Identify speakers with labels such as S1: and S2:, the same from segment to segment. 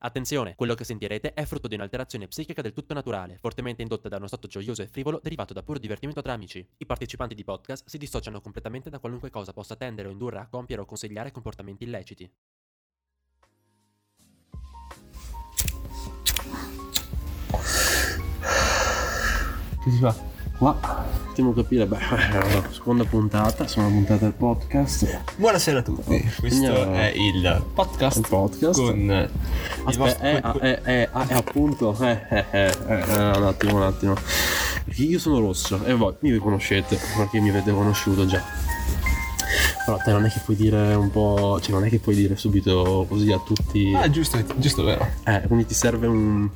S1: Attenzione, quello che sentirete è frutto di un'alterazione psichica del tutto naturale, fortemente indotta da uno stato gioioso e frivolo derivato da puro divertimento tra amici. I partecipanti di podcast si dissociano completamente da qualunque cosa possa tendere o indurre a compiere o consigliare comportamenti illeciti.
S2: Che si fa? Qua.
S3: Stiamo capire, beh, allora, seconda puntata, seconda puntata del podcast. Eh,
S4: Buonasera a tutti, questo
S3: Signora.
S4: è il podcast,
S3: Il podcast.
S4: con eh, il vostro-
S3: Aspetta, eh, ah, eh, eh, ah, eh, appunto, eh, eh, eh, eh, eh, un attimo, un attimo. Perché io sono rosso e voi mi conoscete, perché mi avete conosciuto già. Però te non è che puoi dire un po', cioè non è che puoi dire subito così a tutti.
S4: Ah, giusto, giusto, vero.
S3: Eh, quindi ti serve un,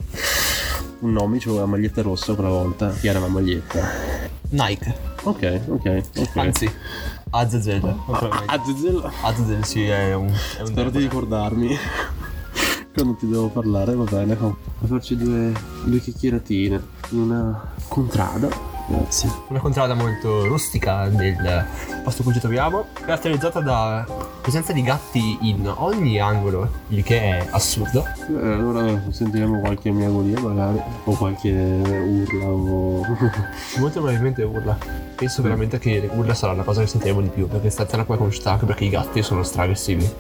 S3: un nome, c'avevo la maglietta rossa quella volta, che era la maglietta.
S4: Nike,
S3: Ok, ok, ok.
S4: anzi, Azazel.
S3: Ah, ah, Zezzel-
S4: Azazel, sì, è un. È un
S3: Spero di ricordarmi quando ti devo parlare, va bene. oh. A farci due, due chiacchieratine in una contrada. Grazie.
S4: Una contrada molto rustica del posto in cui ci troviamo, caratterizzata da presenza di gatti in ogni angolo, il che è assurdo.
S3: Eh, allora sentiremo qualche miagolia magari, o qualche urla o...
S4: Molto probabilmente urla. Penso veramente che le urla sarà la cosa che sentiremo di più, perché statela qua con Stark, perché i gatti sono straggressivi.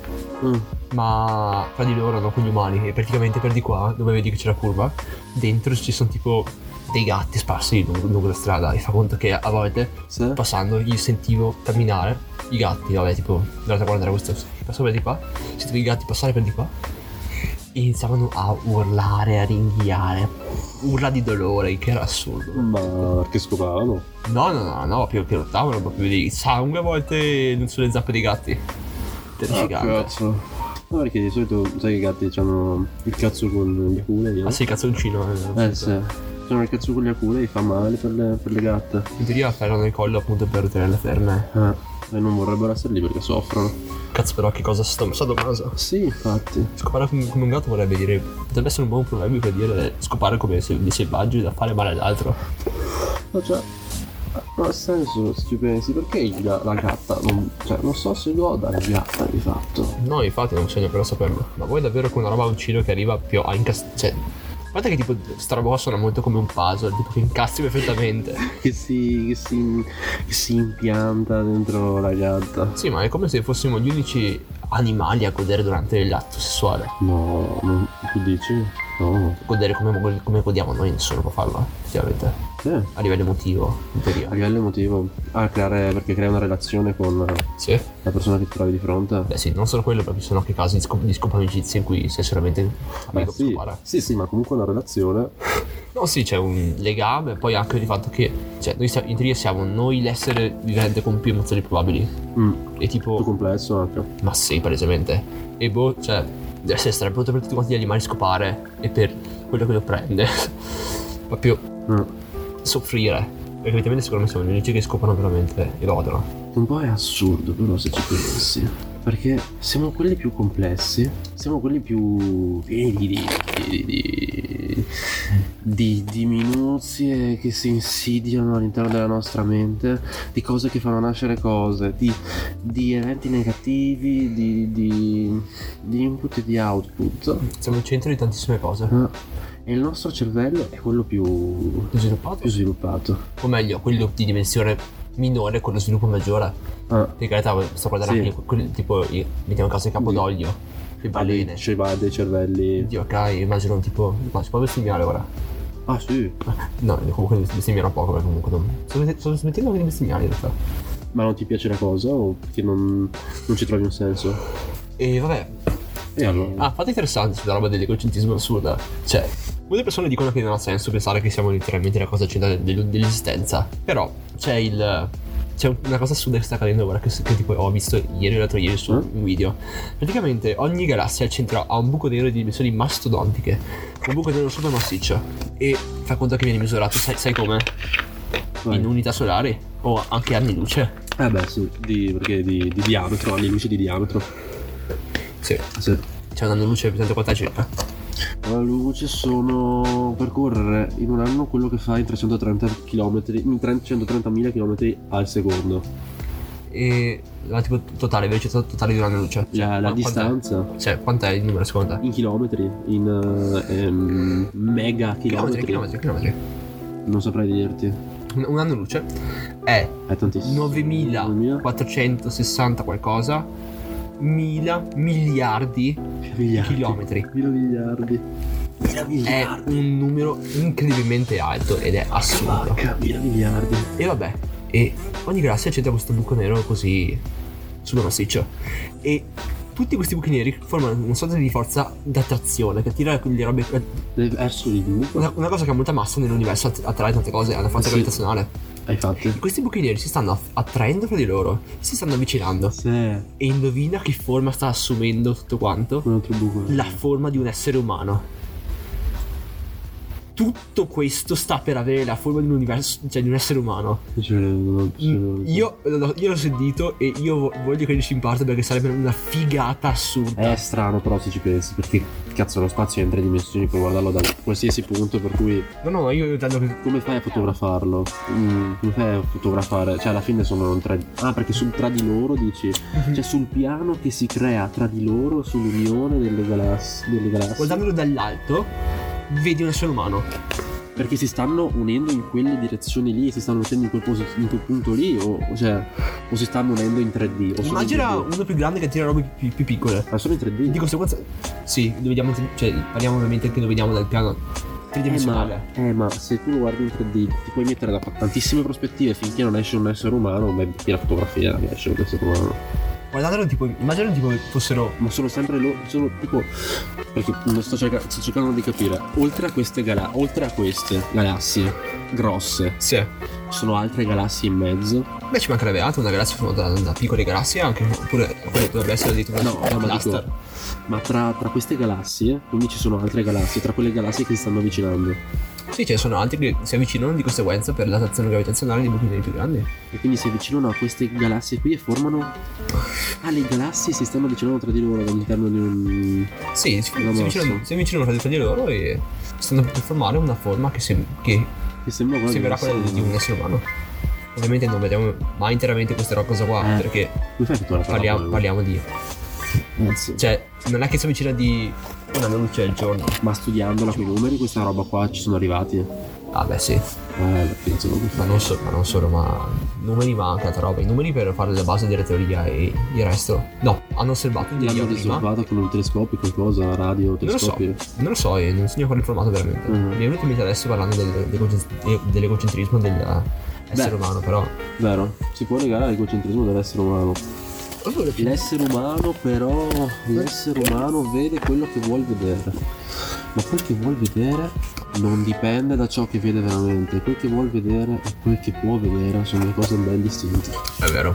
S3: Mm.
S4: ma fra di loro no, con gli umani e praticamente per di qua dove vedi che c'è la curva dentro ci sono tipo dei gatti sparsi lungo, lungo la strada e fa conto che a volte
S3: Sì?
S4: passando io sentivo camminare i gatti vabbè tipo guarda guardare questo passo per di qua sentivo i gatti passare per di qua e iniziavano a urlare a ringhiare urla di dolore che era assurdo
S3: Ma perché scopavano?
S4: no no no no più che lottavano proprio vedi il sangue a volte sulle zappe dei gatti terrificante
S3: cazzo. Ma perché di solito sai che i gatti hanno il cazzo con gli acule? no?
S4: ah sì cazzoncino eh,
S3: Eh sì. Sono il cazzo con gli acule e fa male per le, per le gatte.
S4: In teoria afferrano il collo appunto per tenere la ferma.
S3: Eh, e non vorrebbero essere lì perché soffrono.
S4: Cazzo però che cosa sto sadomaso.
S3: Sì, infatti.
S4: Scopare come, come un gatto vorrebbe dire. Potrebbe essere un buon proverbio per dire scopare come se dei selvaggi da fare male all'altro.
S3: No, cioè, non ha senso se ci pensi, perché il ga- la gatta, non, cioè, non so se goda la gatta di fatto.
S4: No, infatti non bisogna però saperlo. Ma vuoi davvero che una roba uccido che arriva più a incastrare. Cioè. Guarda che tipo sta roba qua suona molto come un puzzle, tipo che incastri perfettamente.
S3: Che si, che si, che si impianta dentro la gatta.
S4: Sì, ma è come se fossimo gli unici animali a godere durante l'atto sessuale.
S3: No, non, tu dici? No.
S4: Godere come, come godiamo noi, nessuno può farlo, effettivamente.
S3: Eh,
S4: A livello emotivo, in teoria.
S3: a livello emotivo. Ah, creare, perché crea una relazione con la
S4: Sì.
S3: persona che ti trovi di fronte.
S4: Beh sì, non solo quello, perché ci sono anche casi di, scop- di scompamicizia in cui sei solamente
S3: Beh,
S4: amico per
S3: Ah, sì,
S4: scopare.
S3: sì, sì, ma comunque una relazione.
S4: No sì, c'è un legame, poi anche il fatto che cioè, noi siamo- in teoria siamo noi l'essere vivente con più emozioni probabili.
S3: Mm,
S4: E
S3: molto
S4: tipo,
S3: complesso anche.
S4: ma sì, palesemente. E boh, cioè, deve essere strapotto per tutti quanti gli animali scopare e per quello che lo prende. Proprio
S3: Mm.
S4: soffrire. Perché ovviamente secondo me siamo gli unici che scopano veramente e godono.
S3: Un po' è assurdo però se ci pensi. Perché siamo quelli più complessi, siamo quelli più pieni di, di, di, di- di minuzie che si insidiano all'interno della nostra mente, di cose che fanno nascere cose, di, di eventi negativi, di, di, di input e di output.
S4: Siamo il centro di tantissime cose.
S3: Eh, E il nostro cervello è quello più,
S4: Sviluppato.
S3: più sviluppato.
S4: O meglio, quello di dimensione minore con lo sviluppo maggiore.
S3: Ah,
S4: Perché in realtà sto guardando
S3: Sì.
S4: anche quelli, tipo, i- mettiamo caso il capodoglio, le balene.
S3: ci cioè, va dei cervelli.
S4: Dio, ok, immagino tipo. Ma si può bestemmiare ora?
S3: Ah sì,
S4: No, comunque bestemmiare un poco, perché comunque non. Sto, smett- sto smettendo anche di bestemmiare in realtà.
S3: Ma non ti piace la cosa o perché non, non ci trovi un senso?
S4: E vabbè.
S3: E allora?
S4: Ah, fatto interessante sulla roba dell'ecocentrismo assurda. Cioè, molte persone dicono che non ha senso pensare che siamo letteralmente la cosa centrale del- dell'esistenza. Però c'è il. C'è una cosa assurda che sta accadendo ora, che, che tipo ho visto ieri o l'altro ieri su
S3: Mm.
S4: un video. Praticamente ogni galassia al centro ha un buco nero di dimensioni mastodontiche. Un buco nero super massiccio. E fa conto che viene misurato, sai, sai come?
S3: Vai.
S4: ah, In unità solari o anche anni luce.
S3: Eh beh sì, di, perché di, di diametro, anni luce di diametro.
S4: Sì.
S3: Sì.
S4: C'è Cioè, un anno luce per 140 circa.
S3: La luce sono percorrere in un anno quello che fa in 330 km, in 330.000 km al secondo.
S4: E la tipo totale, invece totale di un anno luce. Cioè,
S3: La, la
S4: quant'è?
S3: distanza
S4: Cioè, quant'è il numero secondo te?
S3: in chilometri, in eh, ehm, mega
S4: Chilometri, chilometri,
S3: chilometri,
S4: chilometri.
S3: non saprei dirti.
S4: Un- Un anno luce è
S3: È tantissimo. 9.000
S4: 9460 qualcosa mila miliardi di
S3: miliardi.
S4: chilometri. Eh.
S3: Mila miliardi. Mila
S4: È
S3: miliardi.
S4: un numero incredibilmente alto ed è assurdo.
S3: Porca, mila miliardi.
S4: E vabbè, e ogni galassia c'entra questo buco nero così super massiccio. E tutti questi buchi neri formano una sorta di forza d'attrazione che attira le robe.
S3: Deve essere il buco.
S4: Una, una cosa che ha molta massa nell'universo att- attrae tante cose, è una forza
S3: Sì.
S4: gravitazionale.
S3: Hai fatto?
S4: Questi buchi neri si stanno aff- attraendo fra di loro, si stanno avvicinando.
S3: Sì. Un
S4: E indovina che forma sta assumendo tutto quanto?
S3: altro buco.
S4: La forma di un essere umano. Tutto questo sta per avere la forma di un universo, cioè di un essere umano.
S3: Cioè, non- cioè, non-
S4: Mm, Io, l'ho- io l'ho sentito e io vo- voglio che riesci in parte perché sarebbe una figata assurda.
S3: È strano però se ci pensi perché cazzo lo spazio è in tre dimensioni puoi guardarlo da qualsiasi punto per cui
S4: No, no, io intendo che.
S3: come fai a fotografarlo? Mm, come fai a fotografare? Cioè alla fine sono tre... Ah perché sul tra di loro dici...
S4: Mhm.
S3: Cioè sul piano che si crea tra di loro sull'unione delle, galassie delle galassie.
S4: Guardandolo dall'alto, vedi un essere umano.
S3: Perché si stanno unendo in quelle direzioni lì, si stanno mettendo in quel, posi- in quel punto lì o, o cioè, o si stanno unendo in 3D. O solo in
S4: Immagina
S3: 2D.
S4: uno più grande che tira robe più, più piccole.
S3: Ma solo in 3D.
S4: Di conseguenza. Sì, lo vediamo. Cioè, parliamo ovviamente che lo vediamo dal piano
S3: Eh
S4: tridimensionale.
S3: ma, eh, ma se tu lo guardi in 3D ti puoi mettere da tantissime prospettive finché non esce un essere umano, beh, la fotografia che esce un essere umano.
S4: Guardatelo tipo, immaginalo tipo che fossero
S3: Ma sono sempre loro, sono tipo. Perché non sto, cerca- sto cercando di capire. Oltre a queste gala- oltre a queste galassie grosse,
S4: Sì
S3: ci sono altre galassie in mezzo.
S4: Beh ci mancherebbe altro una galassia formata da, da piccole galassie anche Oppure quello dovrebbe essere detto una
S3: No, no, ma dico-
S4: cluster.
S3: Ma tra, tra queste galassie, quindi ci sono altre galassie, tra quelle galassie che si stanno avvicinando.
S4: Sì ce ne sono altri che si avvicinano di conseguenza per l'attrazione gravitazionale di buchi neri più grandi
S3: E quindi si avvicinano a queste galassie qui e formano. Ah, le galassie si stanno avvicinando tra di loro all'interno di un.
S4: Sì si, si
S3: Una mossa.
S4: avvicinano, si avvicinano fra di- fra di loro e stanno per formare una forma che, sem- che
S3: Che sembra quasi.
S4: sembrerà quella di, di un essere umano Ovviamente non vediamo mai interamente questa ro- cosa qua
S3: Eh.
S4: Perché
S3: Come fai tutta la
S4: parliamo, parliamo di
S3: Anzi,
S4: Cioè non è che si avvicina di una luce al giorno
S3: ma studiandola con i numeri, questa roba qua ci sono arrivati.
S4: Ah beh sì
S3: Eh, la penso come
S4: Ma
S3: fa.
S4: non, so- ma non solo, ma numeri ma anche altra roba. I numeri per fare la base della teoria e il resto. No, hanno osservato in teoria
S3: L'hanno
S4: prima.
S3: risolvata con un telescopio, qualcosa,
S4: Non
S3: radio,
S4: lo so,
S3: telescopio.
S4: non lo so, e non so neanche quale formato veramente.
S3: Mhm.
S4: Mi è venuto in mente adesso parlando del, del concent- de- dell'egocentrismo dell'essere
S3: Beh.
S4: umano, però.
S3: Vero? Si può legare l'egocentrismo dell'essere umano. L'essere umano però, l'essere umano vede quello che vuol vedere, ma quel che vuol vedere non dipende da ciò che vede veramente, quel che vuol vedere e quel che può vedere sono due cose ben distinte.
S4: È vero.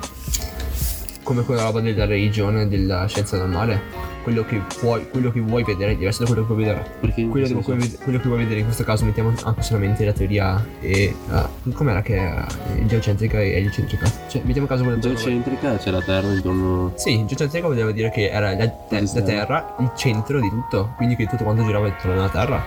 S4: Come quella roba della religione e della scienza normale. Quello che, puoi, quello che vuoi vedere è diverso da quello che puoi vedere.
S3: Perché in
S4: Quello,
S3: questo
S4: che vuoi
S3: senso-
S4: ved- quello che vuoi vedere in questo caso mettiamo anche solamente la teoria e... eh, com'era che era? Eh, geocentrica e eliocentrica? Cioè, mettiamo caso quella
S3: geocentrica c'è la Terra intorno
S4: Sì, geocentrica voleva dire che era la, te- la Terra il centro di tutto, quindi che tutto quanto girava intorno alla Terra.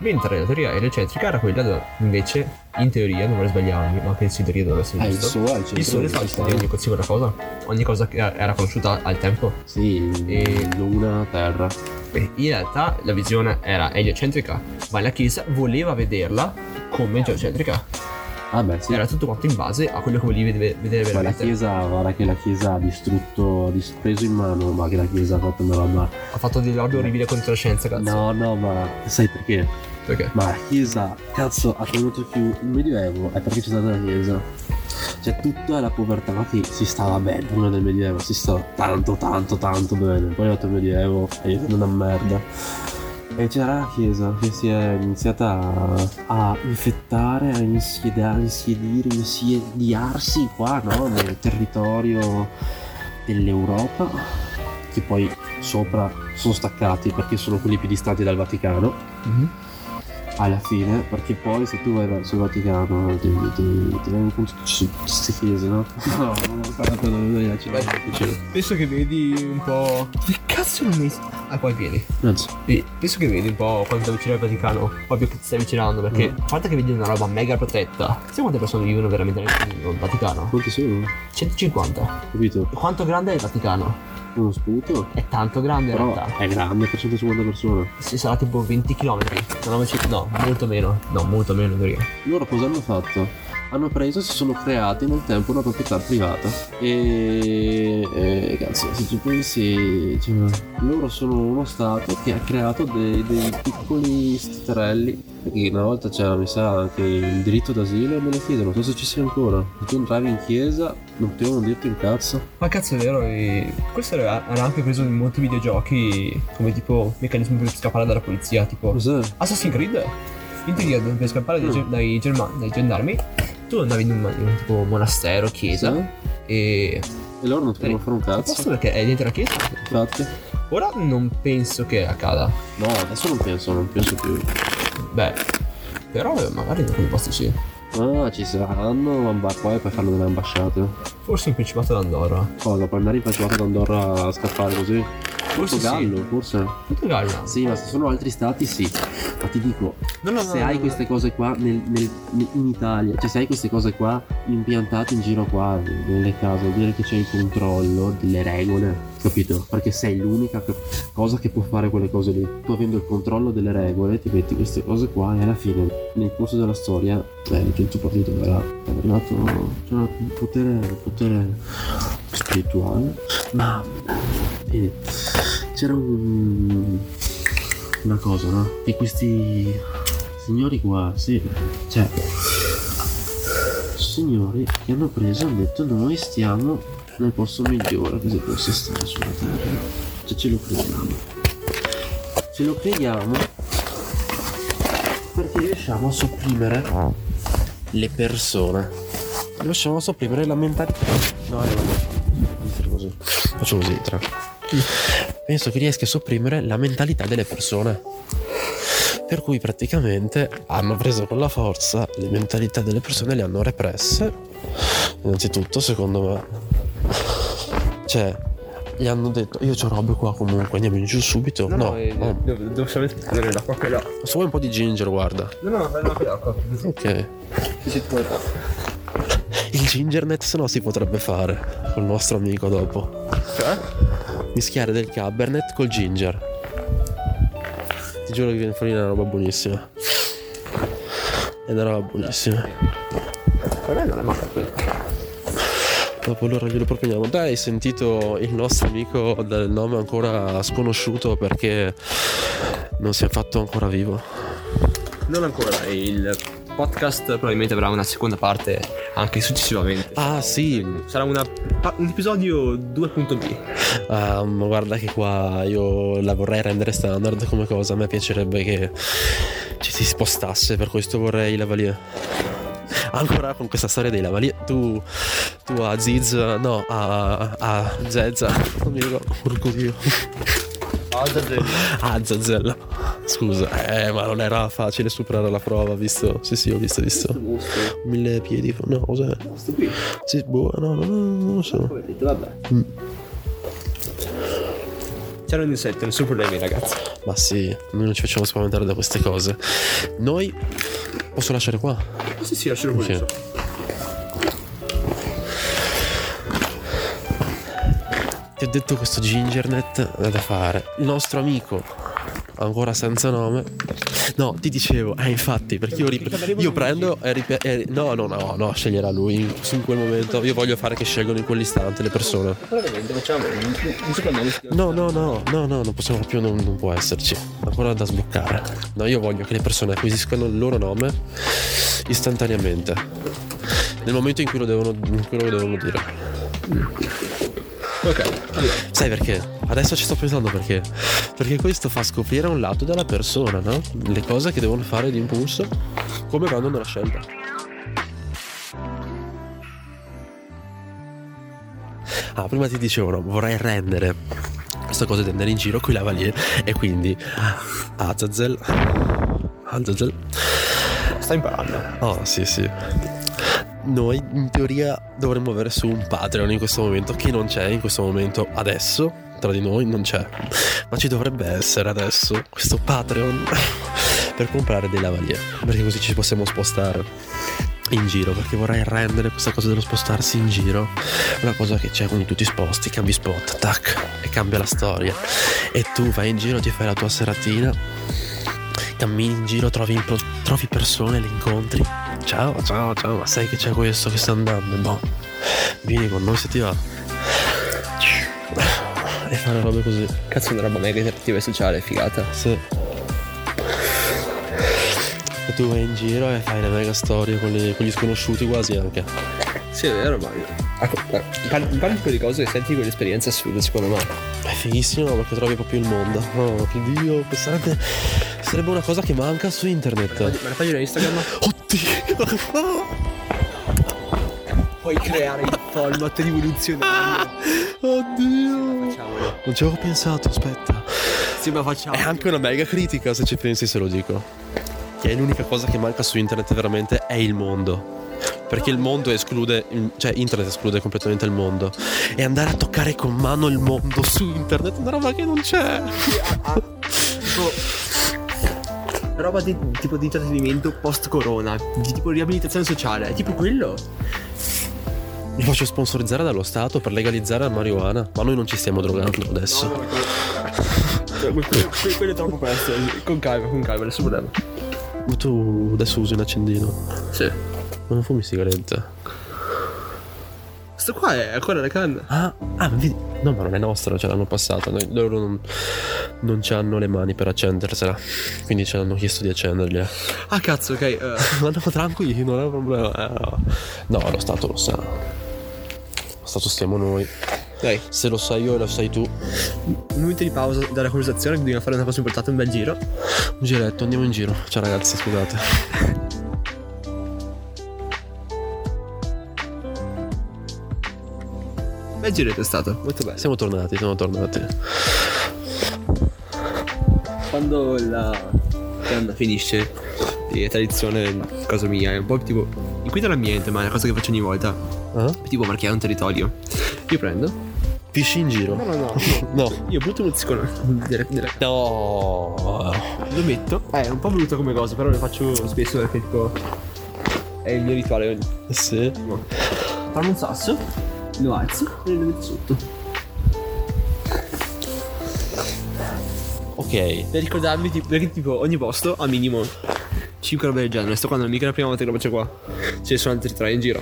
S4: Mentre la teoria eliocentrica era quella dove invece, in teoria, non vorrei sbagliarmi, ma che in teoria doveva essere
S3: eh, il
S4: giusto.
S3: Sole, è il centro
S4: Il sole sta
S3: del
S4: al centro di ogni singola cosa. Ogni cosa che era conosciuta al tempo.
S3: Sì,
S4: E-
S3: Luna, Terra.
S4: Beh, in realtà la visione era eliocentrica, ma la Chiesa voleva vederla come geocentrica.
S3: Ah beh, sì.
S4: Era tutto quanto in base a quello che volevi vede- vedere
S3: Ma la
S4: veramente.
S3: chiesa, guarda che la chiesa ha distrutto, ha dis- preso in mano, ma che la chiesa ha fatto una roba.
S4: Ha fatto delle robe orribili contro la scienza, cazzo.
S3: No, no, ma sai perché?
S4: Perché?
S3: Ma la chiesa, cazzo, ha tenuto più il medioevo, è perché c'è stata la chiesa. Cioè, tutta la povertà che si stava bene prima del medioevo, si stava tanto, tanto, tanto bene. Poi è andato il medioevo è diventato una merda. E c'era la chiesa che si è iniziata a, a infettare, a insiedare, insiedire, insiediarsi qua, no? Nel territorio dell'Europa, che poi sopra sono staccati perché sono quelli più distanti dal Vaticano Mhm. alla fine, perché poi se tu vai verso il Vaticano ti, ti, ti, ti vengono con tutte queste chiese, no? No, non stavo per vedere ci vai
S4: Penso che vedi un po'. Che cazzo non mi. Ah, qua i piedi.
S3: Non so.
S4: E penso che vedi un po' quando ti avvicini al Vaticano, proprio che ti stai avvicinando, perché
S3: Mm.
S4: a parte che vedi una roba mega protetta, sai quante persone vivono veramente nel nel Vaticano?
S3: Quanti sono?
S4: 150.
S3: Capito?
S4: Quanto grande è il Vaticano?
S3: Uno sputo.
S4: È tanto grande in
S3: Però
S4: realtà.
S3: è grande per 150 persone.
S4: Si sarà tipo 20 km. No, molto meno. No, molto meno in teoria.
S3: Loro cosa hanno fatto? Hanno preso e si sono creati nel tempo una proprietà privata. E, e cazzo, se ci pensi, cioè, loro sono uno Stato che ha creato dei, dei piccoli sterelli. Perché una volta c'era, mi sa, anche il diritto d'asilo nelle chiese, non so se ci sia ancora. Se tu entravi in chiesa, non potevano dirti un cazzo.
S4: Ma cazzo è vero, e questo era, era anche preso in molti videogiochi come tipo meccanismo per scappare dalla polizia, tipo
S3: Cos'è?
S4: Assassin's Creed. In teoria per scappare dai, ge- dai germa- dai gendarmi tu andavi in un, in un tipo monastero, chiesa e...
S3: E loro non potevano fare un
S4: Posto
S3: cazzo.
S4: perché è dentro la chiesa?
S3: Infatti.
S4: Ora non penso che accada.
S3: No, adesso non penso, non penso più.
S4: Beh, però magari in alcuni posti sì.
S3: Ah, ci saranno, ma qua e poi fanno delle ambasciate.
S4: Forse in Principato d'Andorra.
S3: Cosa? Puoi andare in Principato d'Andorra a scappare così?
S4: Forse
S3: Portogallo, forse?
S4: sì. Portogallo.
S3: Sì, ma se sono altri stati sì. Ma ti dico,
S4: No, no, no,
S3: se
S4: no,
S3: hai
S4: no.
S3: queste cose qua nel- nel- nel- in Italia, cioè se hai queste cose qua impiantate in giro qua nelle case, vuol dire che c'è il controllo delle regole, capito? Perché sei l'unica co- cosa che può fare quelle cose lì. Tu avendo il controllo delle regole ti metti queste cose qua e alla fine nel corso della storia eh, che il tuo partito era arrivato cioè, un potere, un potere spirituale, ma vedi, c'era un una cosa, no? Che questi signori qua, sì, cioè, signori che hanno preso e hanno detto noi stiamo nel posto migliore che si possa stare sulla terra. Cioè ce lo crediamo. Ce lo crediamo perché riusciamo a sopprimere le persone. Riusciamo a sopprimere la mentalità. No, eh, vabbè. Non fare così. Faccio così, tra. Penso che riesca a sopprimere la mentalità delle persone. Per cui praticamente hanno preso con la forza le mentalità delle persone, le hanno represse. Innanzitutto, secondo me. Cioè, gli hanno detto, io c'ho robe qua comunque, andiamo giù subito. No, oh,
S4: devo solamente prendere l'acqua che là.
S3: se vuoi un po' di ginger, guarda.
S4: No, no, prendo anche l'acqua.
S3: Ok. Il gingernet se no si potrebbe fare col nostro amico dopo. Mischiare del cabernet col ginger. Ti giuro che viene fuori una roba buonissima. È una roba buonissima.
S4: Per me non è male quello.
S3: Dopo allora glielo proponiamo. Dai, hai sentito il nostro amico dal nome ancora sconosciuto perché non si è fatto ancora vivo.
S4: Non ancora, il podcast probabilmente avrà una seconda parte anche successivamente.
S3: Ah sì,
S4: Sarà una- pa- un episodio 2.b.
S3: Ah, ma guarda che qua io la vorrei rendere standard come cosa, a me piacerebbe che ci si spostasse, per questo vorrei i lavalier. Ancora con questa storia dei lavalier, tu, tu a Ziz, no, a, a Zezza, non mi ricordo, porco dio, a Zazzella, scusa, eh, ma non era facile superare la prova, visto, sì sì, ho visto, ho visto, mille piedi, no, cos'è? Sì, boh, no, no, no, non lo so.
S4: Vabbè. C'era un insetto, nessun problemi ragazzi.
S3: Ma sì, noi non ci facciamo spaventare da queste cose. Noi posso lasciare qua?
S4: Sì, sì, lascialo pure.
S3: Sì. Ti ho detto questo gingernet è da fare. Il nostro amico, ancora senza nome. No, ti dicevo, eh infatti, perché io, rip- io prendo e ripeto. No, no, no, no, sceglierà lui in, in quel momento. Io voglio fare che scelgono in quell'istante le persone.
S4: Veramente, facciamo un, un soprannome.
S3: No, no, no, no, no, non possiamo più, non, non può esserci. Ancora da sbloccare. No, io voglio che le persone acquisiscano il loro nome istantaneamente. Nel momento in cui lo devono, in cui lo devono dire.
S4: Ok.
S3: Sai perché? Adesso ci sto pensando perché. Perché questo fa scoprire un lato della persona, no? Le cose che devono fare di impulso, come vanno nella scelta. Ah, prima ti dicevo, no, vorrei rendere questa cosa di andare in giro con i lavalier e quindi Azazel. Azazel.
S4: Sto imparando.
S3: Oh, sì, sì. Noi in teoria dovremmo avere su un Patreon in questo momento che non c'è in questo momento adesso, tra di noi non c'è, ma ci dovrebbe essere adesso questo Patreon per comprare dei lavalier, perché così ci possiamo spostare in giro, perché vorrei rendere questa cosa dello spostarsi in giro una cosa che c'è con tutti i sposti, cambi spot, tac, e cambia la storia. E tu vai in giro, ti fai la tua seratina, cammini in giro, trovi, impro- trovi persone, le incontri. Ciao, ciao, ciao, ma sai che c'è questo che sta andando? Boh, vieni con noi se ti va. E fare robe così.
S4: Cazzo, una roba mega interattiva e sociale, figata.
S3: Sì. E tu vai in giro e fai le mega storie con, le- con gli sconosciuti quasi anche.
S4: Sì, è vero, ma. Ecco, guarda, parli, parli un po' di cose che senti quell'esperienza assurda, secondo me.
S3: È fighissimo perché trovi proprio il mondo. Oh, che dio, pensate. Sarebbe una cosa che manca su internet.
S4: Ma la pagina Instagram
S3: Oddio!
S4: puoi creare il format rivoluzionario.
S3: Oddio!
S4: Facciamolo.
S3: Non ci avevo pensato, aspetta.
S4: Sì, ma facciamo.
S3: È anche una mega critica se ci pensi se lo dico. Che è l'unica cosa che manca su internet veramente è il mondo. Perché il mondo esclude, cioè internet esclude completamente il mondo. E andare a toccare con mano il mondo su internet è una roba che non c'è.
S4: roba di, tipo di intrattenimento post corona, di tipo riabilitazione sociale, è tipo quello.
S3: Mi faccio sponsorizzare dallo Stato per legalizzare la marijuana. Ma noi non ci stiamo drogando adesso.
S4: quello, è troppo presto, con calma, con calma, nessun problema.
S3: Tu adesso usi un accendino.
S4: Sì.
S3: Ma non fumi sigaretta.
S4: Sto qua è ancora la canna.
S3: Ah, ah, vedi. No, ma non è nostra, ce l'hanno passata. Noi- Loro non, non ci hanno le mani per accendersela. Quindi ci hanno chiesto di accendergliela.
S4: Ah cazzo, ok. eh,
S3: Ma no, tranquilli, non è un problema. eh, no. no, lo Stato lo sa. Lo Stato siamo noi.
S4: dai,
S3: Se lo sai io e lo sai tu. Un
S4: un minuto di pausa dalla conversazione, dobbiamo fare una cosa importante, un bel giro.
S3: giretto, andiamo in giro. Ciao ragazzi, scusate.
S4: Bel giro è stato, molto bello.
S3: Siamo tornati, siamo tornati.
S4: Quando la canna finisce, è tradizione, cosa mia, è un po' tipo... Inquina l'ambiente, ma è una cosa che faccio ogni volta.
S3: Eh?
S4: Tipo marchiare un territorio. Io prendo.
S3: Pisci in giro.
S4: no, no.
S3: No.
S4: Io butto uno ziccone della, della
S3: No.
S4: Lo metto. Eh, è un po' brutto come cosa, però lo faccio spesso perché tipo. È il mio rituale ogni.
S3: Sì.
S4: Farmo un sasso, lo alzo e lo metto sotto.
S3: Ok.
S4: Per ricordarmi, tipo, perché tipo ogni posto ha minimo 5 robe del genere. Sto qua non è mica la prima volta che lo faccio qua. Ce ne sono altri tre in giro.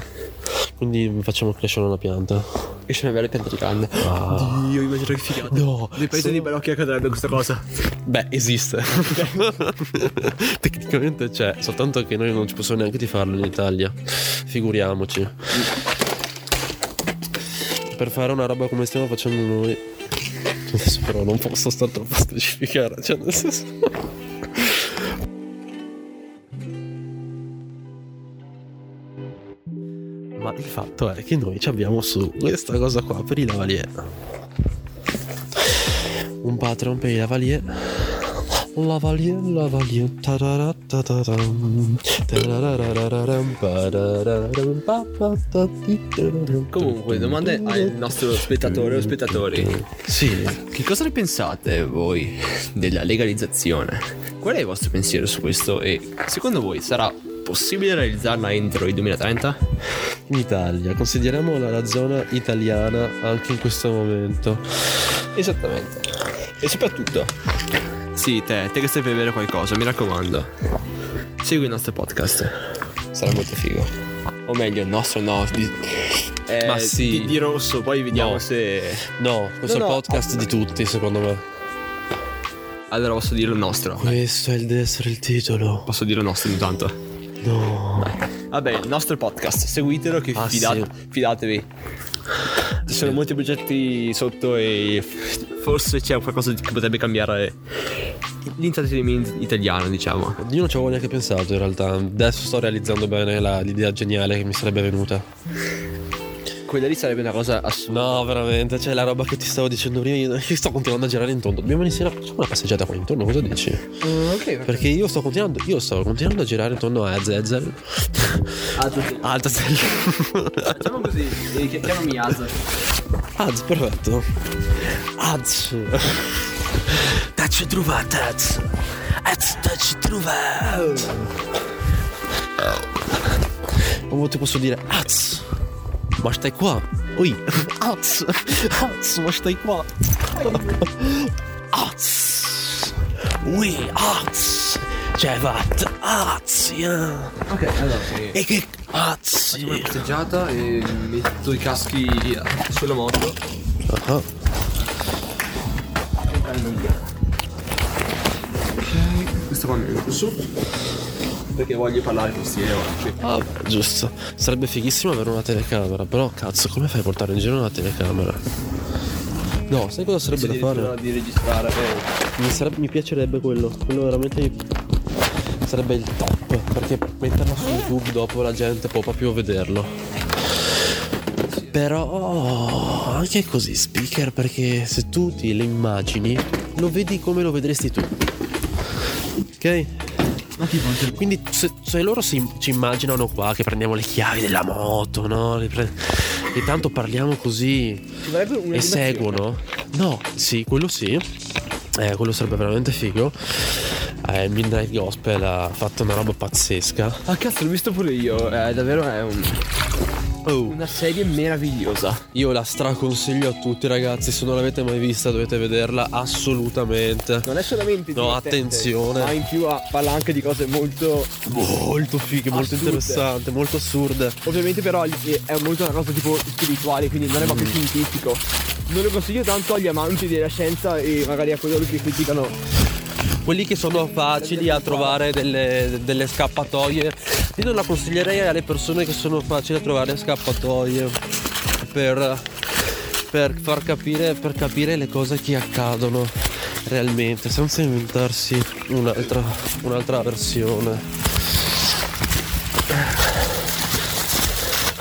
S3: Quindi facciamo crescere una pianta.
S4: E ce ne belle piante di canne.
S3: Ah.
S4: Dio, immagino che figata.
S3: No,
S4: Nel paese
S3: sono-
S4: di Balocchi accadrebbe questa cosa.
S3: Beh, esiste. Tecnicamente c'è, soltanto che noi non ci possiamo neanche di farlo in Italia. Figuriamoci. Per fare una roba come stiamo facendo noi. Adesso però non posso star troppo a specificare, cioè nel senso. Ma il fatto è che noi ci abbiamo su questa cosa qua per i lavalier. Un Patreon per i lavalier. Lavalier, lavalier. Tararatatataram. Tarararararam, parararam, papatatitararam.
S4: Comunque, domande al nostro spettatore o spettatori.
S3: Sì.
S4: Che cosa ne pensate voi della legalizzazione? Qual è il vostro pensiero su questo e secondo voi sarà possibile realizzarla entro il 2030?
S3: in Italia. Consideriamo la, la zona italiana anche in questo momento.
S4: Esattamente. E soprattutto... Sì, te, te che stai per bere qualcosa, mi raccomando. Segui il nostro podcast. Sarà molto figo. O meglio, il nostro no. Di, eh,
S3: Ma sì.
S4: Di, di rosso, poi vediamo
S3: No.
S4: se...
S3: No, questo
S4: No,
S3: è
S4: no.
S3: il podcast di tutti, secondo me.
S4: Allora posso dire il nostro.
S3: Questo è il destro il titolo.
S4: Posso dire il nostro intanto.
S3: No.
S4: Vabbè, il nostro podcast, seguitelo che
S3: Ah,
S4: fida-
S3: sì.
S4: fidatevi. ci sono molti oggetti sotto e f- forse c'è qualcosa di- che potrebbe cambiare l'intrattenimento italiano, diciamo.
S5: Io non ci avevo neanche pensato in realtà. Adesso sto realizzando bene la- l'idea geniale che mi sarebbe venuta.
S4: Quella lì sarebbe una cosa assurda.
S5: No, veramente, cioè la roba che ti stavo dicendo prima, io, io sto continuando a girare intorno. Dobbiamo iniziare a facciamo una passeggiata qua intorno, cosa dici?
S3: ok,
S5: Perché io sto continuando, io sto continuando a girare intorno a Zezel.
S3: Ah,
S5: Altazel.
S4: Facciamo così,
S3: eh,
S4: chiamami Azza.
S5: Az, perfetto. Az. Tacci truva, Az. Az, tacci truva. Come ti posso dire? Az. Ma stai qua. Ui. Az. Az, ma stai qua. Az. Ui, Az. Cioè, va. Az. yeah.
S3: ok, allora sì.
S5: E che... Az.
S3: Facciamo una passeggiata e metto i caschi sulla moto.
S5: Ah,
S3: Ok, questo qua mi metto su. Perché voglio parlare con questi oggi.
S5: Ah, giusto. Sarebbe fighissimo avere una telecamera, però cazzo, come fai a portare in giro una telecamera? No, sai cosa sarebbe da fare?
S3: di registrare. eh.
S5: Mi, sarebbe- mi piacerebbe quello. Quello veramente mi- sarebbe il top. Perché metterlo su YouTube dopo la gente può proprio vederlo. Però anche così speaker perché se tu ti le immagini lo vedi come lo vedresti tu. Ok?
S3: Ma tipo, non c'è-
S5: Quindi se, se loro si- ci immaginano qua che prendiamo le chiavi della moto, no? Le pre- e tanto parliamo così
S3: ci vorrebbe una
S5: e seguono. No, sì, quello sì. Eh, quello sarebbe veramente figo. Eh, Midnight Gospel ha fatto una roba pazzesca.
S4: Ah cazzo, l'ho visto pure io, è davvero è un-
S5: Oh,
S4: una serie meravigliosa.
S5: io la straconsiglio a tutti ragazzi, se non l'avete mai vista dovete vederla assolutamente.
S4: Non è solamente
S5: No,
S4: divertente,
S5: attenzione.
S4: ma in più ha- parla anche di cose molto
S5: Molto figa, molto
S4: Assurde.
S5: interessante, molto assurda.
S4: Ovviamente però gli- è molto una cosa tipo spirituale, quindi non è
S5: Mm.
S4: proprio scientifico. Non lo consiglio tanto agli amanti della scienza e magari a coloro che criticano.
S5: quelli che sono facili a trovare delle, delle scappatoie. Io non la consiglierei alle persone che sono facili a trovare scappatoie per, per far capire, per capire le cose che accadono realmente, senza inventarsi un'altra, un'altra versione.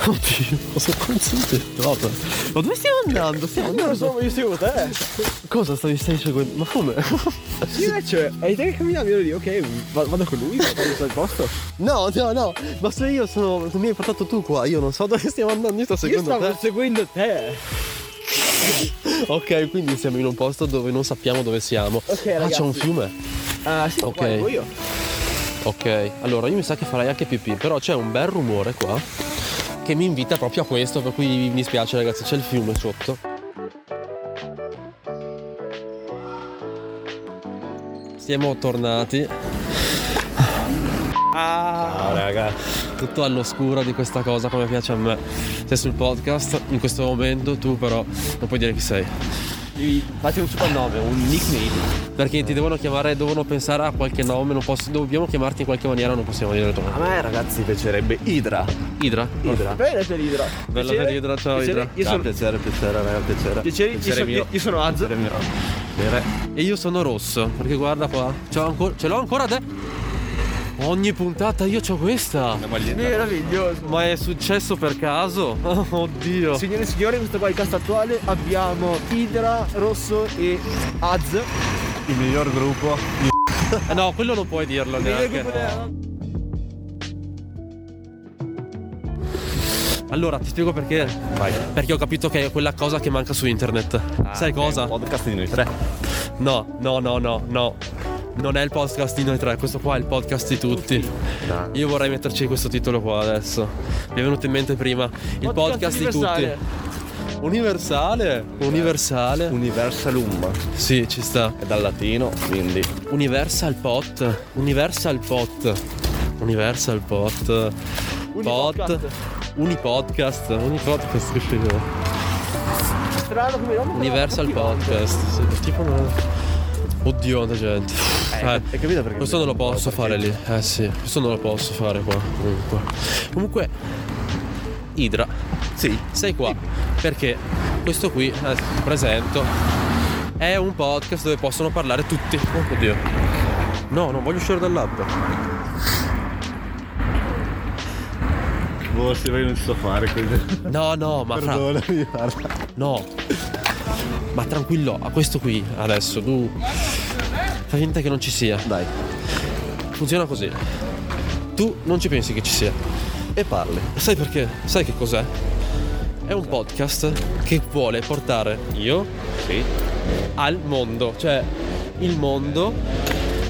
S5: Oddio, ma sono concentrato. Ma dove stiamo andando? Stiamo
S4: Non lo
S5: andando.
S4: so, ma io seguo te.
S5: Cosa stavi, stai seguendo? Ma come?
S4: Sì, invece, hai te che camminavo, io ero lì, ok, va- vado con lui, vado al posto.
S5: No, no, no, ma se io sono. mi hai portato tu qua, io non so dove stiamo andando, io sto
S4: Io
S5: seguendo
S4: stavo seguendo te.
S5: te. Ok, quindi siamo in un posto dove non sappiamo dove siamo.
S4: Ok,
S5: ah, c'è
S4: ragazzi.
S5: un fiume.
S4: Ah, sì,
S5: Ok.
S4: qua arrivo io.
S5: Ok, allora io mi sa che farei anche pipì, però c'è un bel rumore qua che mi invita proprio a questo, per cui mi dispiace ragazzi, c'è il fiume sotto. Siamo tornati. Ah, raga. Tutto all'oscuro di questa cosa come piace a me. Sei sul podcast, in questo momento tu però non puoi dire chi sei.
S4: Fate un soprannome, un nickname.
S5: Perché ti devono chiamare, devono pensare a qualche nome, non posso- dobbiamo chiamarti in qualche maniera, non possiamo dire il tuo nome.
S6: A me ragazzi piacerebbe Idra.
S5: Idra?
S6: Idra.
S4: Bene, c'è l'idra.
S5: Bella
S4: Piacere?
S5: per Idra, ciao
S4: Piacere?
S5: Idra.
S4: Io sono...
S6: piacere, piacere, raga, piacere.
S4: Piacere, io
S6: Piacere
S4: sono,
S6: mio.
S4: io, io sono Azza.
S6: Piacere mio. Piacere.
S5: E io sono rosso, perché guarda qua. C'ho ancora- ce l'ho ancora te? Ogni puntata io c'ho questa.
S4: Meraviglioso.
S5: Ma è successo per caso? Oh, oddio.
S4: Signore e signori, in questo podcast attuale abbiamo Idra, Rosso e Az.
S6: Il miglior gruppo.
S5: Eh, No, quello non puoi dirlo neanche. Allora, ti spiego perché.
S6: Vai.
S5: Perché ho capito che è quella cosa che manca su internet.
S4: Ah,
S5: Sai cosa?
S6: Podcast di noi tre.
S5: No, no, no, no, no. Non è il podcast di noi tre, questo qua è il podcast di tutti. Io vorrei metterci questo titolo qua adesso. Mi è venuto in mente prima. Il podcast, di tutti. Universale? Universale?
S6: Universalum.
S5: sì, ci sta.
S6: È dal latino, quindi.
S5: Universal Pot. Universal Pot. Universal Pot. Pot. Unipodcast. Unipodcast che figo.
S4: Strano come nome.
S5: Universal Podcast. Sì, tipo una... Oddio, quanta gente. Eh,
S6: Hai capito perché?
S5: questo non lo posso fare lì. Eh sì, questo non lo posso fare qua. Comunque. Comunque. Idra.
S6: Sì.
S5: Sei qua perché
S6: questo qui, adesso ti presento, è un podcast dove possono parlare tutti. Oh, oddio. No, non voglio uscire dall'app.
S5: Boh, se vai non so fare così.
S6: No, no, ma fra...
S5: Perdonami, guarda.
S6: No. Ma tranquillo, a questo qui adesso tu. Fai finta che non ci sia.
S5: Dai,
S6: Funziona così. Tu non ci pensi che ci sia.
S5: e parli.
S6: Sai perché? Sai che cos'è? È un podcast che vuole portare io
S5: Sì.
S6: al mondo. Cioè, il mondo.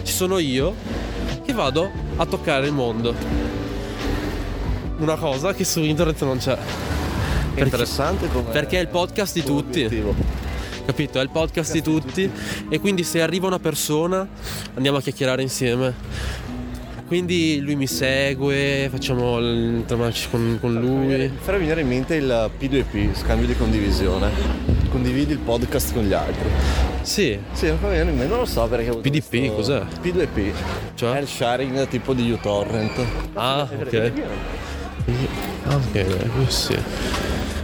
S6: Ci sono io che vado a toccare il mondo. Una cosa che su internet non c'è.
S5: Interessante come
S6: Perché è il podcast di
S5: tuo
S6: tutti.
S5: obiettivo.
S6: Capito? È il podcast di tutti. E quindi se arriva una persona andiamo a chiacchierare insieme. Quindi lui mi segue, facciamo il tramanci con, con lui.
S5: Mi farà venire in mente il P2P, scambio di condivisione. Condividi il podcast con gli altri.
S6: Sì,
S5: Sì, mi fa venire in mente, non lo so perché. ho avuto
S6: PDP,
S5: questo-
S6: cos'è?
S5: P2P. È
S6: cioè.
S5: il sharing tipo di uTorrent.
S6: Ah, ok. Ah, ok, dai, questo sì.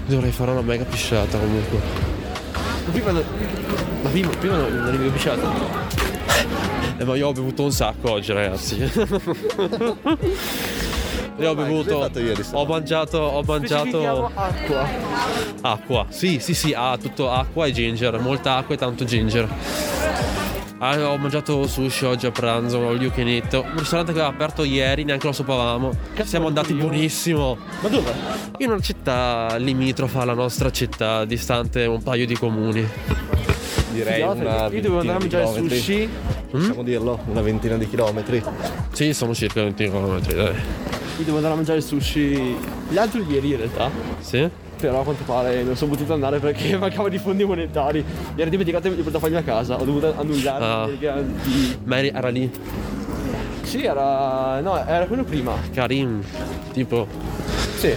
S6: Dovrei fare una mega pisciata comunque.
S4: Prima non... Ma prima, prima non, non avevi pisciato.
S6: Eh, ma io ho bevuto un sacco oggi, ragazzi. io ho
S5: cos'hai
S6: bevuto.
S5: fatto ieri sera?
S6: Ho mangiato. Ho mangiato.
S4: acqua.
S6: Acqua. Sì, sì, sì, ah, tutto acqua e ginger. Molta acqua e tanto ginger. Ah, ho mangiato sushi oggi a pranzo, all you can eat. Un ristorante che aveva aperto ieri, neanche lo sapevamo. Siamo andati buonissimo.
S4: Ma dove?
S6: In una città limitrofa alla nostra città, distante un paio di comuni.
S5: Direi una
S4: Io dovevo andare a mangiare
S5: ventina di chilometri. Mm?
S4: sushi.
S5: Possiamo dirlo? Una ventina di chilometri.
S6: Sì, sono circa 20 km, dai.
S4: Io devo andare a mangiare sushi l'altro ieri in realtà.
S6: Sì?
S4: Però a quanto pare non sono potuto andare perché mancava di fondi monetari. Mi ero dimenticato il portafoglio a casa, ho dovuto annullare
S6: Ah.
S4: le grandi.
S6: Ma eri- era lì.
S4: Sì, era. no, era quello prima.
S6: Karim, tipo.
S4: Sì.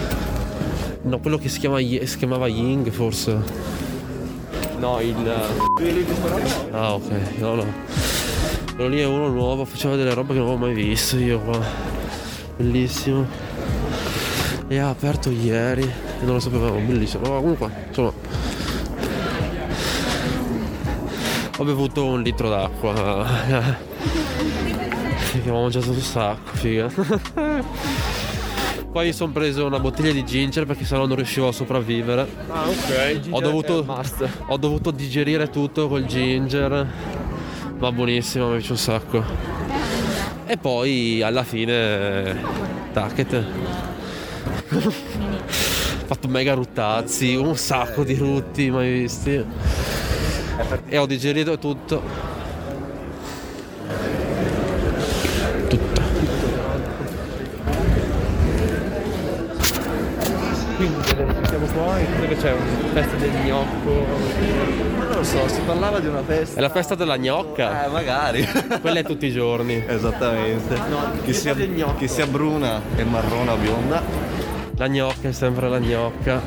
S6: No, quello che si, chiama, Ye- si chiamava Ying forse.
S4: No, il. eh,
S6: Ah, ok, no, no. Quello lì è uno nuovo, faceva delle robe che non avevo mai visto io qua. Bellissimo. E ha aperto ieri e non lo sapevamo, bellissimo. Ma comunque, insomma. Ho bevuto un litro d'acqua. Che ho mangiato un sacco, figa. Poi sono preso una bottiglia di ginger perché sennò non riuscivo a sopravvivere.
S4: Ah, ok.
S6: Ho dovuto-
S4: Must.
S6: Ho dovuto digerire tutto col ginger. Ma buonissimo, mi piace un sacco. E poi alla fine. Tacket. Ho fatto mega ruttazzi, un sacco di rutti mai visti. E ho digerito tutto. Tutto.
S4: Quindi siamo qua e cosa che c'è? Una festa del gnocco.
S5: Non lo so, si parlava di una festa.
S6: È la festa della gnocca.
S5: Eh, magari.
S6: Quella è tutti i giorni.
S5: Esattamente. che, sia,
S4: del gnocco.
S5: che sia bruna e marrona bionda.
S6: La gnocca è sempre la gnocca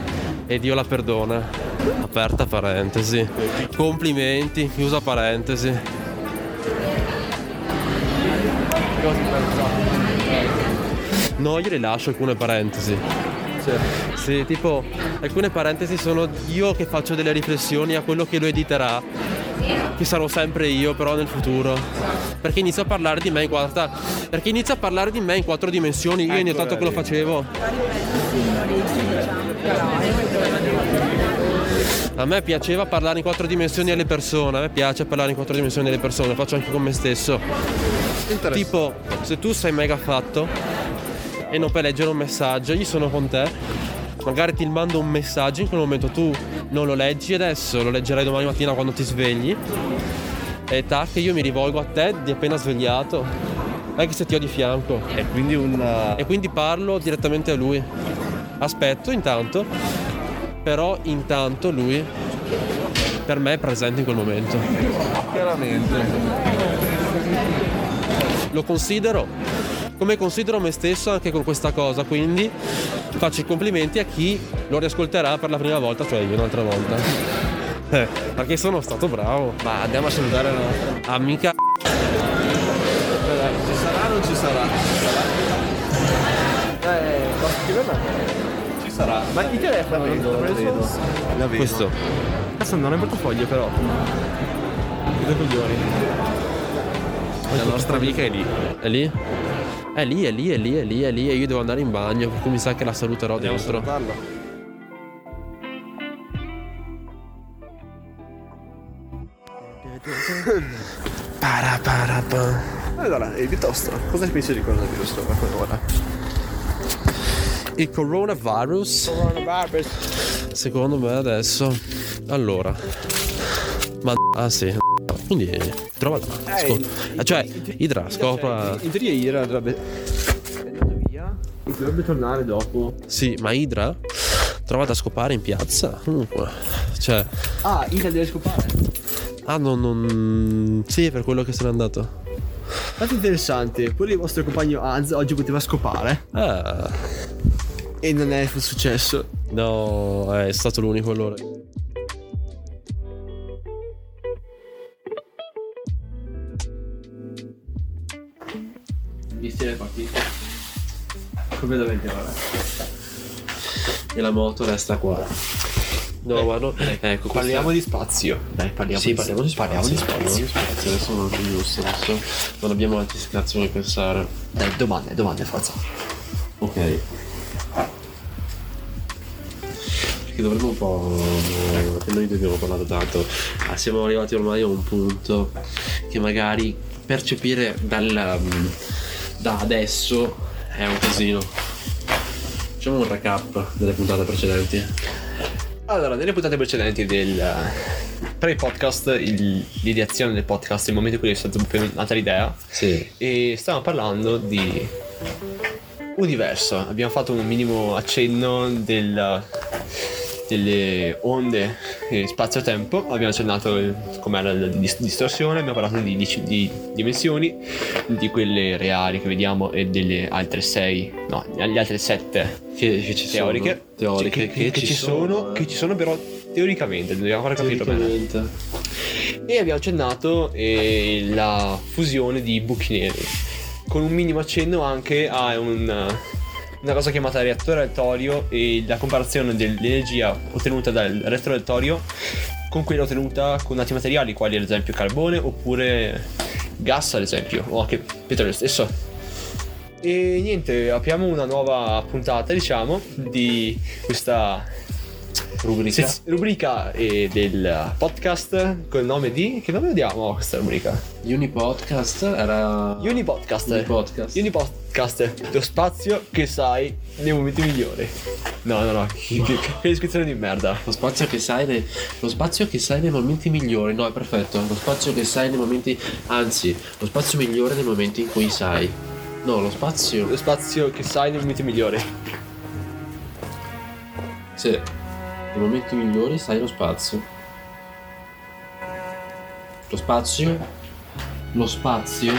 S6: e Dio la perdona. Aperta parentesi. Complimenti, chiusa parentesi. No, io le lascio alcune parentesi. Sì, tipo, alcune parentesi sono io che faccio delle riflessioni a quello che lo editerà. Che sarò sempre io però nel futuro. Perché inizio a parlare di me in quarta. Perché inizio a parlare di me in quattro dimensioni. Io ogni tanto che lo facevo. A me piaceva parlare in quattro dimensioni alle persone, a me piace parlare in quattro dimensioni alle persone, lo faccio anche con me stesso. Tipo, se tu sei mega fatto e non puoi leggere un messaggio, io sono con te, magari ti mando un messaggio, in quel momento tu non lo leggi adesso, lo leggerai domani mattina quando ti svegli. E tac, io mi rivolgo a te di appena svegliato, anche se ti ho di fianco.
S5: E quindi eh, una.
S6: E quindi parlo direttamente a lui. Aspetto intanto, però intanto lui per me è presente in quel momento.
S5: Chiaramente.
S6: Lo considero come considero me stesso anche con questa cosa, quindi faccio i complimenti a chi lo riascolterà per la prima volta, cioè io un'altra volta. Eh, perché sono stato bravo.
S4: Ma andiamo a salutare la nostra.
S6: Amica.
S5: Ci sarà o non ci sarà?
S4: Eh, ma che bella.
S5: Ci
S6: sarà?
S5: Ma chi te l'hai preso? preso?
S6: La vedo.
S3: Questo.
S5: Cazzo, non è un portafoglio però. Che coglioni.
S3: La nostra amica è lì. È lì? È lì, è lì, è lì, è lì, è lì. E io devo andare in bagno, per cui mi sa che la saluterò dentro. Para para pa.
S6: Allora, il piuttosto, cosa ne pensi di coronavirus? Ora?
S3: Il coronavirus, secondo me adesso. Allora. Ma ah sì. Quindi trova
S5: Eh,
S3: là. Scop- cioè, Idra scopra.
S5: In teoria Ira dovrebbe. Dovrebbe tornare dopo.
S3: Sì, ma Idra trova da scopare in piazza. Comunque. Cioè.
S5: Ah, Ira deve scopare.
S3: Ah, non. non... Sì, per quello che se n'è andato.
S5: Tanto interessante, quello il vostro compagno Az oggi poteva scopare.
S3: Ah.
S5: E non è successo.
S3: No, è stato l'unico allora.
S5: Visti le partite. Completamente vabbè.
S3: E la moto resta qua. No, ma no. Ecco,
S4: Parliamo di spazio. Dai, parliamo
S3: Sì, parliamo di spazio.
S4: Parliamo di spazio.
S3: spazio. Adesso non ha più senso. Non abbiamo altre situazioni a pensare.
S4: Dai, domande, domande, forza.
S3: Ok. Perché dovremmo un po'. Perché noi dobbiamo parlare tanto. Ah, Siamo arrivati ormai a un punto che magari percepire dal, mm, da adesso è un casino. Facciamo un recap delle puntate precedenti.
S4: Allora, nelle puntate precedenti del eh, pre-podcast, il- l'ideazione del podcast, il momento in cui è stata nata l'idea,
S3: Sì.
S4: e stavamo parlando di universo. Abbiamo fatto un minimo accenno del- delle onde e spazio-tempo, abbiamo accennato il- com'era la dis- distorsione, abbiamo parlato di, dici- di dimensioni, di quelle reali che vediamo e delle altre 6, no, le altre 7
S3: Che, che ci
S4: teoriche, Cioè,
S3: sono. Teoriche.
S4: che, che ci sono, eh.
S3: eh.
S4: che ci sono però teoricamente, dobbiamo ancora capirlo bene.
S3: Teoricamente.
S4: E abbiamo accennato eh, la fusione di buchi neri, con un minimo accenno anche a un- una cosa chiamata reattore al torio e la comparazione dell'energia ottenuta dal reattore al torio con quella ottenuta con altri materiali, quali ad esempio carbone oppure gas ad esempio, o anche petrolio stesso. E niente, apriamo una nuova puntata, diciamo, di questa
S3: Rubrica.
S4: sez- rubrica eh, del podcast col nome di... Che nome diamo a questa rubrica?
S3: Unipodcast era.
S4: Unipodcast.
S3: Unipodcast.
S4: Unipodcast, lo spazio che sai nei momenti migliori. No, no, no, che, che- che descrizione di merda.
S3: Lo spazio che sai nei, lo spazio che sai nei momenti migliori, no, è perfetto. Lo spazio che sai nei momenti. Anzi, lo spazio migliore nei momenti in cui sai. No, lo spazio.
S4: Lo spazio che sai nei momenti migliori.
S3: Sì. Nei momenti migliori sai lo spazio. Lo spazio. Lo spazio.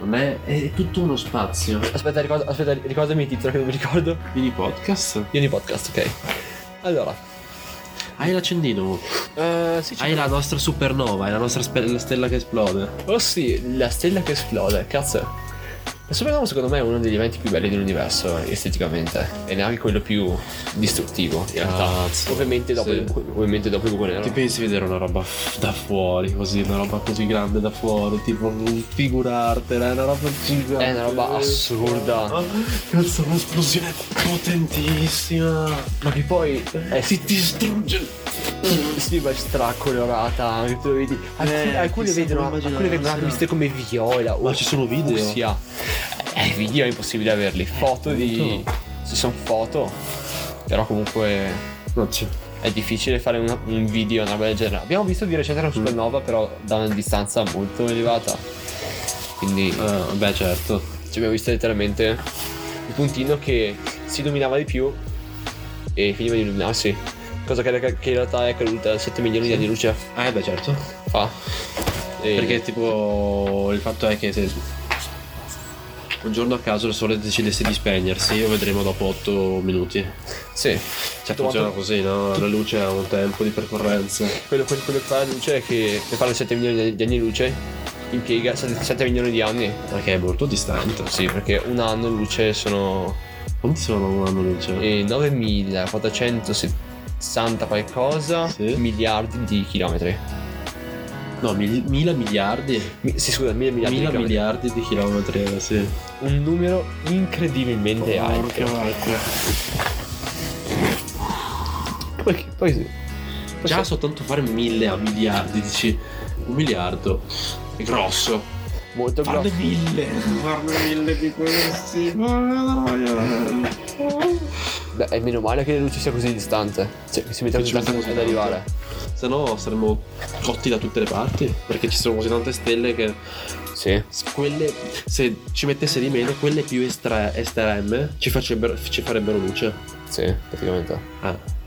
S3: Non è. È tutto uno spazio.
S4: Aspetta, ricordo- aspetta, ricordami il titolo che non mi ricordo.
S3: Mini podcast.
S4: Unipodcast, ok. Allora,
S3: Hai l'accendino.
S4: eh, sì, c'è-
S3: Hai la nostra supernova. Hai la nostra spe- la stella che esplode.
S4: Oh sì, la stella che esplode, cazzo. La supernova secondo me è uno degli eventi più belli dell'universo esteticamente e neanche quello più distruttivo in realtà.
S3: Cazzo.
S4: Ovviamente dopo,
S3: Sì.
S4: il, ovviamente dopo il buco nero.
S3: Ti pensi di vedere una roba f- da fuori, così, una roba così grande da fuori, tipo figurartela, è eh, una roba gigante.
S4: È una roba assurda.
S3: Cazzo, un'esplosione potentissima.
S4: Ma che poi eh, è
S3: Si distrugge.
S4: sì, ma è stracolorata anche, tu lo vedi. Alcune,
S3: Mm. Eh,
S4: alcune
S3: ti stavo
S4: vedono,
S3: immaginando,
S4: alcune vengono anche
S3: sì.
S4: viste come viola.
S3: Ma
S4: o
S3: ci sono video?
S4: fucsia. Eh, video è impossibile
S3: Eh,
S4: averli. Foto di. Ci sono foto. Però comunque
S3: No, c'è.
S4: è difficile fare un, un video una roba del genere. Abbiamo visto di recente una supernova,
S3: Mm.
S4: però da una distanza molto elevata. Quindi
S3: Ah, beh, certo.
S4: ci abbiamo visto letteralmente il puntino che si illuminava di più e finiva di illuminarsi. Cosa che, che in realtà è caduta 7 milioni di anni luce
S3: Eh, beh, certo.
S4: fa. E-
S3: Perché, tipo, il fatto è che se un giorno a caso il sole decidesse di spegnersi, lo vedremo dopo 8 minuti.
S4: Sì,
S3: Cioè,
S4: Tutto
S3: funziona
S4: quanto-
S3: così, no? La luce ha un tempo di percorrenza.
S4: quello, quello- quello che fa la luce è che per fare 7 milioni di- di anni luce impiega 7, milioni di anni.
S3: Perché è molto distante.
S4: Sì, perché un anno luce sono Eh,
S6: Quanti sono un anno luce?
S4: E 9460 qualcosa
S6: Sì.
S4: miliardi di chilometri.
S6: No, mil- mila miliardi.
S4: Mi- sì, scusa, mille miliardi
S6: Mila
S4: di chilometri.
S6: miliardi di chilometri, eh, sì.
S4: Un numero incredibilmente alto.
S6: Poi, Già soltanto fare mille a miliardi, dici un miliardo. È grosso.
S4: Molto grosso.
S6: Farne mille. Farne mille di questi.
S4: Beh, è meno male che le luci sia così distante. Cioè, che si mette
S6: Che ci
S4: così tanto
S6: mette
S4: così ad
S6: così tanto.
S4: arrivare.
S6: Se no saremmo cotti da tutte le parti. Perché ci sono così tante stelle che
S4: Sì.
S6: s- quelle. Se ci mettesse di meno, quelle più estra- estreme ci, facebbero- ci farebbero luce.
S4: Sì, praticamente.
S6: Ah,